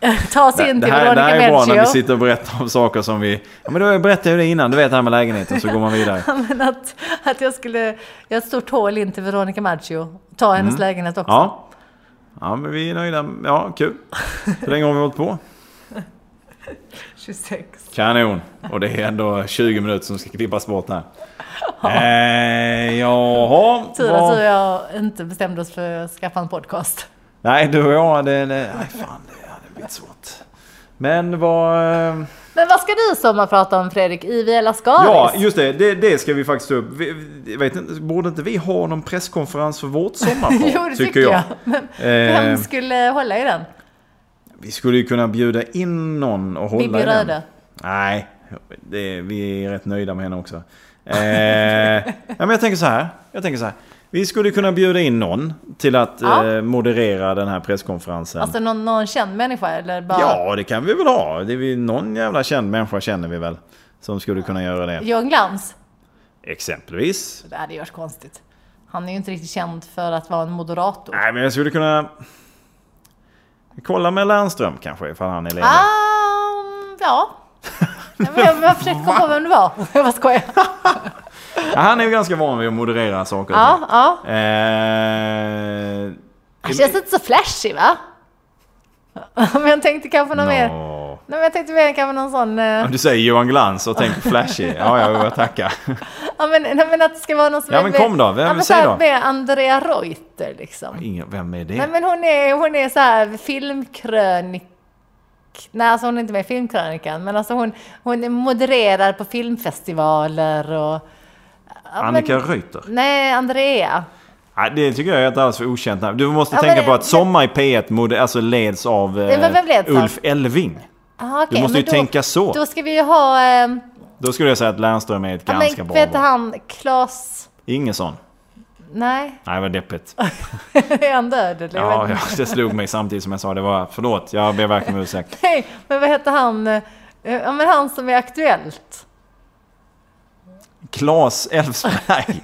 S2: [laughs] Ta oss in
S3: Det
S2: till
S3: här, det här är
S2: Veronica
S3: bra när vi
S2: Maggio. [laughs]
S3: sitter och berättar om saker som vi... Ja men då berättade jag det innan, du vet det här med lägenheten så går man vidare.
S2: Men att, att jag skulle göra ett stort hål in till Veronica Maggio. Ta hennes lägenhet också.
S3: Mm. Ja. Ja men vi är nöjda. Ja, kul. Hur länge har vi hållit på?
S2: 26.
S3: Kanon! Och det är ändå 20 minuter som ska klippas bort här. Eh, jaha.
S2: Tur
S3: vad-
S2: att du och jag inte bestämde oss för att skaffa en podcast.
S3: Nej, du och jag, det... det nej, fan, det hade blivit svårt. Men vad... eh,
S2: Men vad ska du sommar prata om Fredrik? Ivy eller Skaris?
S3: Ja, just det, det. Det ska vi faktiskt ta upp. Vi, vi- vet inte, borde inte vi ha någon presskonferens för vårt sommarprat?
S2: [laughs] [laughs] jo, det tycker jag. Men
S3: Eh,
S2: vem skulle hålla i den?
S3: vi skulle ju kunna bjuda in någon och hålla
S2: Bibi
S3: i den.
S2: Röde.
S3: Nej, det, vi är rätt nöjda med henne också. Eh, [laughs] ja, men jag tänker så här. Jag tänker så här. Vi skulle kunna bjuda in någon till att
S2: Ja.
S3: eh, moderera den här presskonferensen.
S2: Alltså någon, någon känd människa eller bara?
S3: ja, det kan vi väl ha. Det är vi, någon jävla känd människa känner vi väl. Som skulle kunna göra det.
S2: Johan Glans?
S3: Exempelvis.
S2: Det hade ju varit konstigt. Han är ju inte riktigt känd för att vara en moderator.
S3: Nej, men jag skulle kunna... Kolla med Lernström kanske, ifall han är ledig.
S2: Ah, ja. Nej, men jag, jag försökte komma på vem det var. [laughs] Jag bara skojar.
S3: Ja, han är ju ganska van vid att moderera saker. och
S2: Ja,
S3: ting.
S2: ja.
S3: Eh,
S2: Han känns inte så flashig va? [laughs] Men jag tänkte kanske någon mer. Nej,
S3: nå.
S2: men jag tänkte mer kanske någon sån... eh,
S3: Om Du säger Johan Glans och tänker flashy. Ja, ja, jag tackar.
S2: Ja men, nej, men att det ska vara någon som
S3: Ja,
S2: är
S3: men
S2: mer-
S3: kom då. Vem-
S2: ja, men
S3: säg
S2: så här
S3: då.
S2: Mer Andrea Reuter liksom.
S3: [laughs] Ingen, vem är det?
S2: Nej men hon är, hon är så här filmkrönik... Nej alltså hon är inte med i filmkrönikan men alltså hon, hon modererar på filmfestivaler och... Ja,
S3: Annika
S2: men,
S3: Reuter?
S2: Nej, Andrea.
S3: Nej, det tycker jag är ett alldeles för okänt namn. Du måste
S2: Ja,
S3: tänka
S2: men-
S3: på att Sommar i P1 mod- alltså leds av eh,
S2: Nej, men vem leds av?
S3: Ulf Elving.
S2: Ah, okej,
S3: Du måste
S2: men
S3: ju tänka så.
S2: Då ska vi ju ha... Eh,
S3: Då skulle jag säga att Lernström är ett
S2: ja,
S3: ganska
S2: men
S3: bra
S2: vet du
S3: val.
S2: han Klas...
S3: Ingesson?
S2: Nej, [laughs]
S3: Nej, vad deppigt.
S2: är han död eller? Jag
S3: Ja,
S2: vet
S3: ja,
S2: inte.
S3: det slog mig samtidigt som jag sa det. Var, förlåt, jag ber verkligen om ursäkt.
S2: Nej, men vad heter han? Eh, Ja men han som är Aktuellt.
S3: Claes
S2: [laughs]
S3: Elfsberg.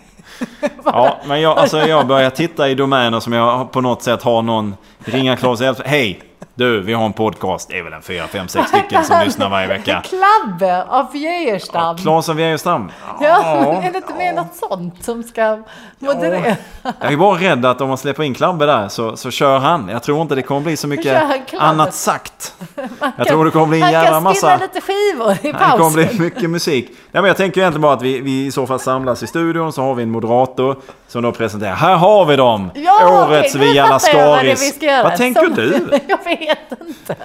S3: Ja, men jag, alltså jag börjar titta i domäner som jag på något sätt har någon... Ringa Claes Elfsberg. Hej! Du, vi har en podcast. Det är väl en fyra, fem, sex stycken som lyssnar varje vecka.
S2: Klabbe av Geijerstam.
S3: Claes av Geijerstam.
S2: Ja, men [laughs] är det inte mer något sånt som ska moderera?
S3: Jag är bara rädd att om man släpper in Klabbe där så, så kör han. Jag tror inte det kommer bli så mycket
S2: Kör han Klabbe? [laughs]
S3: annat sagt. Jag tror det kommer bli en
S2: Han
S3: jävla
S2: kan spinna
S3: massa...
S2: lite skivor i
S3: Det kommer
S2: pausen.
S3: bli mycket musik. Nej, men jag tänker egentligen bara att vi, vi i så fall samlas i studion så har vi en moderator som då presenterar. Här har vi dem!
S2: [laughs] Ja,
S3: Årets
S2: okej, nu
S3: Via
S2: fattar jag vad det är vi
S3: Lascaris.
S2: ska göra.
S3: Vad tänker
S2: Som-
S3: du?
S2: [laughs] Jag vet inte.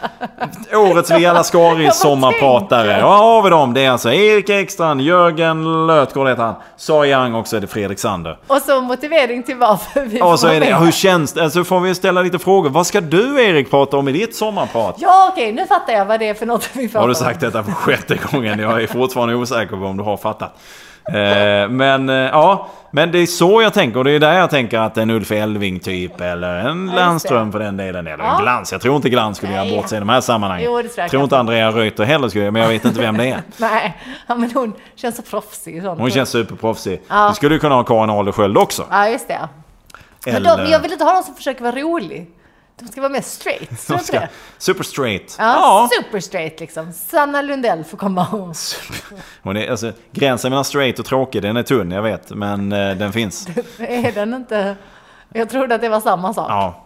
S3: Årets Via
S2: [laughs] Jag bara
S3: Lascaris sommarpratare.
S2: tänker.
S3: Här har vi dem. Det är alltså Erik Ekstrand, Jörgen Lötgård heter han. Sa Young och så är det Fredrik Sander.
S2: Och så motivering till varför vi får
S3: Och så är det,
S2: vara
S3: ja,
S2: med.
S3: hur känns det? Så får vi ställa lite frågor. Vad ska du Erik prata om i ditt sommarprat?
S2: Ja, okej, nu fattar jag vad det är för något vi pratar
S3: Har du
S2: om.
S3: sagt detta för sjätte gången? Jag är fortfarande osäker på om du har fattat. Eh, Men eh, ja, men det är så jag tänker. Och det är där jag tänker att en Ulf Elving typ eller en
S2: det.
S3: Landström för den delen. Eller en
S2: Ja.
S3: Glans. Jag tror inte Glans skulle göra
S2: Nej.
S3: bort sig i de här sammanhangen.
S2: Jo, det tror jag
S3: tror inte
S2: kanske.
S3: Andrea Reuter heller skulle göra men jag vet inte vem det är.
S2: Nej, ja, men hon känns så proffsig. i Sånt.
S3: Hon känns superproffsig.
S2: Ja.
S3: Du skulle ju kunna ha Karin Adelsköld också.
S2: Ja, just det. Men
S3: Eller...
S2: de, jag vill inte ha någon som försöker vara rolig. De ska vara mer
S3: [laughs]
S2: straight. Tror du
S3: De
S2: inte
S3: ska,
S2: det?
S3: super straight.
S2: Ja, super straight liksom. Sanna Lundell får komma och...
S3: Hon är, alltså, gränsen mellan straight och tråkig den är tunn, jag vet. Men eh, den finns.
S2: Är den inte... Jag trodde att det var samma sak.
S3: Ja.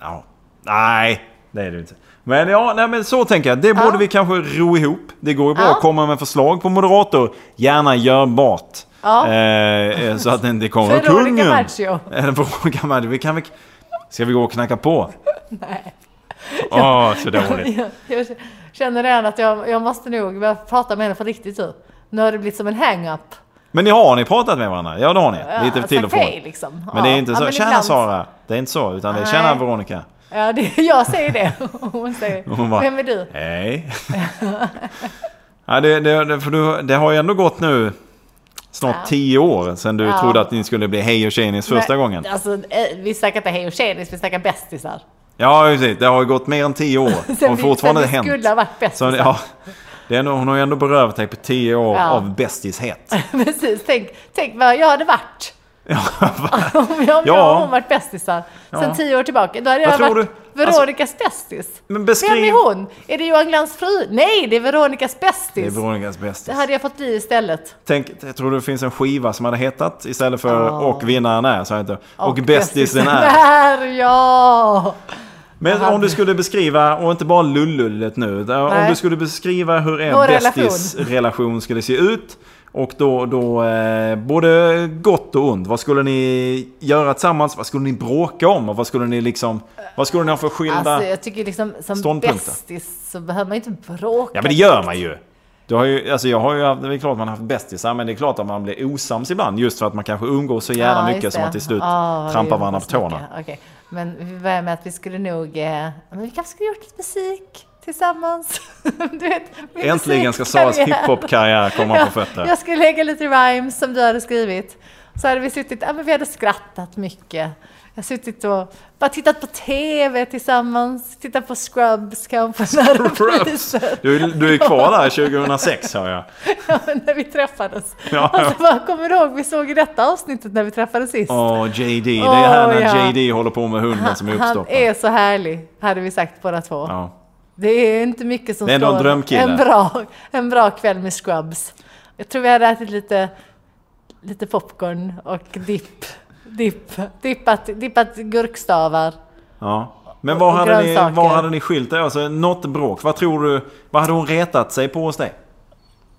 S3: Ja. Nej, det är det inte. Men ja, nej, men så tänker jag. Det borde vi kanske ro ihop. Det går ju bra
S2: Ja.
S3: att komma med förslag på moderator. Gärna görbart.
S2: Ja.
S3: Eh, eh, så att det inte kommer
S2: Veronica
S3: kungen.
S2: Maggio.
S3: [laughs] Eller Veronica Maggio. Vi kan väl... Ska vi gå och
S2: [laughs]
S3: knacka på?
S2: Nej.
S3: Åh, så dåligt.
S2: Jag, jag känner redan att jag, jag måste nog börja prata med henne på riktigt nu. Nu har det blivit som en hang-up.
S3: Men ni har ni pratat med varandra? Ja, det har ni. Lite
S2: Ja,
S3: till och
S2: sagt
S3: från.
S2: hej, liksom.
S3: Men det är inte
S2: Ja,
S3: så.
S2: men
S3: tjena
S2: ibland-
S3: Sara. Det är inte så. Utan det är
S2: Nej.
S3: tjena Veronica.
S2: Ja, det, jag säger det. [laughs] Och Hon säger,
S3: Och hon bara,
S2: vem är du?
S3: Hej. ja, det, det, det, för du, det har ju ändå gått nu snart
S2: Ja.
S3: tio år sedan du
S2: Ja.
S3: trodde att ni skulle bli hej och tjenis första
S2: Men,
S3: gången.
S2: Alltså, eh, vi snackar inte hej och tjenis, vi snackar bästisar.
S3: Ja, precis. Det har ju gått mer än tio år.
S2: [laughs] Sen
S3: och
S2: vi-
S3: fortfarande
S2: sen vi
S3: hänt.
S2: skulle ha varit bästisar.
S3: Så, ja, det är, ändå- hon har ju ändå berövat dig på tio år
S2: Ja.
S3: av bästishet.
S2: [laughs] Precis, tänk, tänk vad jag hade
S3: [laughs]
S2: varit. [laughs] om jag, om jag
S3: Ja.
S2: och hon varit bästisar sen
S3: Ja.
S2: tio år tillbaka. Då hade
S3: Vad
S2: jag
S3: tror
S2: varit
S3: du? Alltså-
S2: Veronicas bästis.
S3: Men beskriv...
S2: Vem är hon? Är det Johan Glans fru? Nej, det är Veronicas
S3: Det är
S2: bästis. Det,
S3: Veronicas bästis.
S2: hade jag fått bli istället.
S3: Tänk, jag tror det finns en skiva som hade hetat istället för
S2: Ja.
S3: och vinnaren är så heter det. Och
S2: [laughs]
S3: bästisen är.
S2: är. Ja!
S3: Men
S2: Aha.
S3: om du skulle beskriva, och inte bara lullullet nu. utan Om
S2: Nej.
S3: du skulle beskriva hur
S2: Vår
S3: en bästisrelation skulle se ut. Och då, då eh, både gott och ont. Vad skulle ni göra tillsammans? Vad skulle ni bråka om? Och vad skulle ni liksom... Vad skulle ni ha för skilda...
S2: Alltså, jag tycker liksom som
S3: ståndpunkter.
S2: bästis så behöver man ju inte bråka.
S3: ja men det gör man ju! Du har ju, alltså jag har ju, haft- det är klart man har haft bästisar men det är klart att man blir osams ibland just för att man kanske umgås så jävla
S2: Ja, just
S3: mycket som
S2: det.
S3: att till slut
S2: Ja, det
S3: trampar
S2: är
S3: varandra på
S2: snacka.
S3: tårna.
S2: Okej. Men vi börjar med att vi skulle nog... Eh, men vi kanske skulle gjort lite musik tillsammans. [laughs] du vet, min
S3: Äntligen ska Saras
S2: musikkarriär.
S3: hiphop-karriär komma
S2: [laughs]
S3: på
S2: Ja,
S3: fötter.
S2: Jag skulle lägga lite rhymes som du hade skrivit. Så hade vi suttit, ja men vi hade skrattat mycket. Jag har suttit och bara tittat på TV tillsammans, tittat på Scrubs kanske. [laughs] när
S3: [laughs]
S2: det fryser.
S3: Du, du är kvar där 2006 hör jag.
S2: Ja, men när vi träffades.
S3: Ja, ja.
S2: Alltså, vad kommer du ihåg vi såg i detta avsnittet när vi träffades sist?
S3: Åh, JD. Det är här när
S2: Åh, ja.
S3: JD håller på med hunden som är
S2: Han
S3: uppstoppad.
S2: är så härlig, hade vi sagt båda två.
S3: Ja.
S2: Det är inte mycket som
S3: Det är ändå en drömkille.
S2: en bra, en bra kväll med Scrubs. Jag tror vi hade ätit lite, lite popcorn och dipp. Dipp, dippat, dippat gurkstavar.
S3: Ja. Men vad
S2: och
S3: hade, ni,
S2: grönsaker.
S3: vad hade ni skilt er? Alltså, något bråk. Vad tror du? Vad hade hon retat sig på hos dig?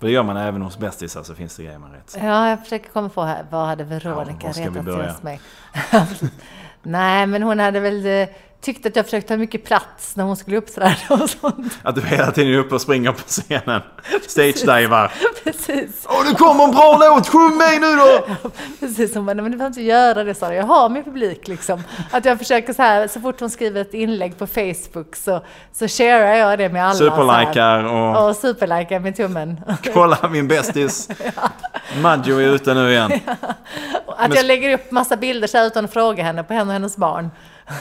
S3: För det gör man även hos bästisar så finns det grejer man retar sig
S2: Ja, jag försöker komma på här. Vad hade Veronica
S3: var ska vi
S2: retat sig
S3: börja?
S2: hos mig? [laughs] Nej, men hon hade väl eh, tyckt att jag försökt ta mycket plats när hon skulle uppträda och sånt. [laughs]
S3: Att du hela tiden är uppe och springer på scenen. Stage-divar.
S2: Precis.
S3: Åh, nu kommer en bra låt! Sjung mig nu då!
S2: Precis, hon bara, "Nej, men du behöver inte göra det Sara, jag har min publik liksom. Att jag försöker så här, så fort hon skriver ett inlägg på Facebook så, så sharear jag det med alla. så här.
S3: Superlikar och
S2: Och superlikar med tummen.
S3: [laughs] kolla min [laughs] bästis. Maggio är ute nu [laughs] igen.
S2: Och att
S3: Men-
S2: jag lägger upp massa bilder så här utan att fråga henne på henne och hennes barn. [laughs]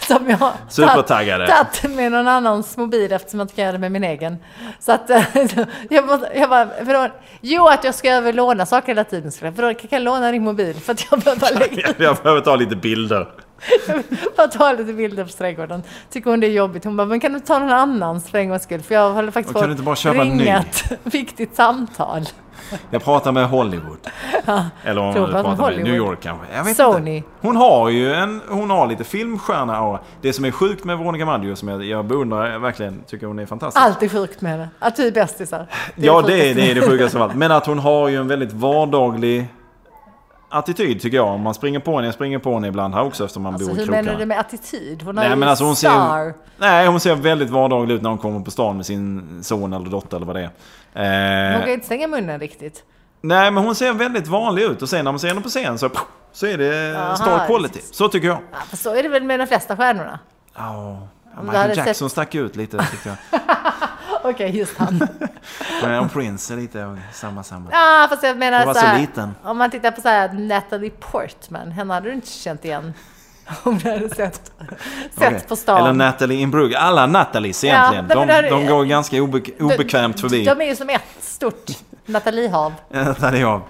S2: Som jag har
S3: Supertaggade.
S2: tagit- tagit med någon annans mobil eftersom jag inte kan göra det med min egen. Så att [laughs] eh, jag, måste, jag bara, Veron- jo att jag ska överlåna saker hela tiden. Så jag, Veronica, kan jag låna din mobil? För att jag
S3: [laughs]
S2: behöver bara lägga
S3: Jag behöver ta lite bilder.
S2: [laughs] Bara ta lite bilder på trädgården. Tycker hon det är jobbigt. Hon bara, men kan du ta någon annans för en gångs skull? För jag håller faktiskt
S3: Och
S2: på
S3: kan du inte bara köpa en ny?
S2: ringa ett [laughs] viktigt samtal.
S3: Jag pratar med Hollywood. Eller om
S2: tror
S3: du
S2: bara
S3: pratar
S2: med
S3: med
S2: Hollywood.
S3: New York kanske. Jag vet
S2: Sony.
S3: Inte. Hon har ju en, hon har lite filmstjärna Det som är sjukt med Veronica Maggio som jag, jag beundrar jag verkligen, tycker hon är fantastisk.
S2: Allt är sjukt med henne. Att vi är bästisar.
S3: ja det, är-
S2: sjukaste.
S3: det är det sjukaste av
S2: [laughs]
S3: allt. Men att hon har ju en väldigt vardaglig attityd tycker jag. Om man springer på henne, jag springer på henne ibland här också eftersom man
S2: Alltså,
S3: bor i
S2: hur menar
S3: krokarna.
S2: du med attityd? Hon är
S3: Nej
S2: ju
S3: men alltså hon
S2: star.
S3: ser, nej, hon ser väldigt vardaglig ut när hon kommer på stan med sin son eller dotter eller vad det är.
S2: Hon
S3: Eh,
S2: kan ju inte stänga munnen riktigt.
S3: Nej, men hon ser väldigt vanlig ut och sen när man ser henne på scen så, så är det
S2: Aha,
S3: star quality.
S2: precis.
S3: Så tycker jag.
S2: Ja, fast så är det väl med de flesta stjärnorna? [laughs]
S3: Ja,
S2: hade
S3: Michael Jackson stack ut lite tyckte
S2: [laughs]
S3: jag.
S2: Okej, just han.
S3: Men och Prince är lite av samma samma.
S2: Ja, fast jag menar
S3: Hon var
S2: så här,
S3: så liten.
S2: Om man tittar på så här Natalie Portman, henne hade du inte känt igen. [laughs] Om du hade sett, sett
S3: Okej.
S2: på stan.
S3: Eller Natalie Imbrug. Alla Nathalies
S2: Ja, nej,
S3: egentligen.
S2: men
S3: de,
S2: det hade-
S3: de går ganska obe, obekvämt förbi. [laughs]
S2: De är ju som ett stort Nathaliehav.
S3: Nathalie av.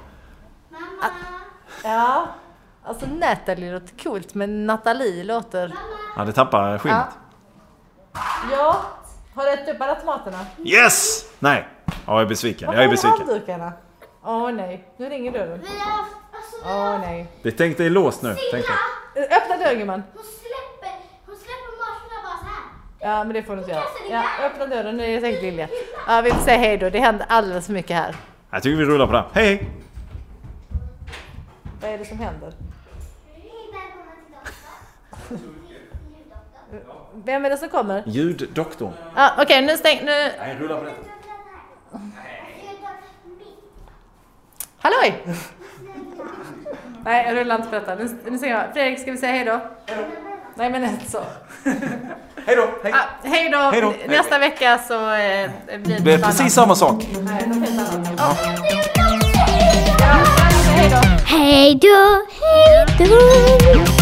S2: Ja. Alltså Natalie låter coolt, men Nathalie låter...
S3: Ja, det tappar skinnet.
S2: ja. Har du ätit upp alla tomaterna?
S3: Yes! Nej. Ja, jag är besviken. Jag är besviken.
S2: handdukarna? Åh nej, nu ringer dörren.
S1: Vi har... Alltså, vi
S2: Åh
S1: har...
S2: nej.
S3: Det tänkte är låst nu. Tänkte. jag.
S2: Eh, Öppna dörren gumman.
S1: Hon släpper... Hon släpper marsvinna bara så här.
S2: Ja men det får du inte göra. Ja, öppna dörren, nu är det säkert Lilja. Ja vi får säga hej då, det händer alldeles för mycket här.
S3: Jag tycker vi rullar på det. Hej, hej!
S2: Vad är det som händer?
S1: Hej, välkomna till doktorn. Ljuddoktorn.
S2: Vem är det som kommer?
S3: Ljuddoktorn.
S2: Ja, Okej, nu stäng... Nu...
S3: Nej, rulla på det.
S1: Ljuddoktorn, mitt.
S2: Halloj! [laughs] Nej, jag rullar inte på detta. Nu, nu säger jag, Fredrik, ska vi säga hej då? Nej, men inte så.
S3: Hej då! Hej.
S2: Ah, hej då!
S3: Hej då.
S2: Nästa vecka så eh, blir det,
S3: Det är
S2: något
S3: precis
S2: annat.
S3: samma sak.
S2: Nej, något helt annat. Ja. Ja, hej då!
S1: Hey do, hey do.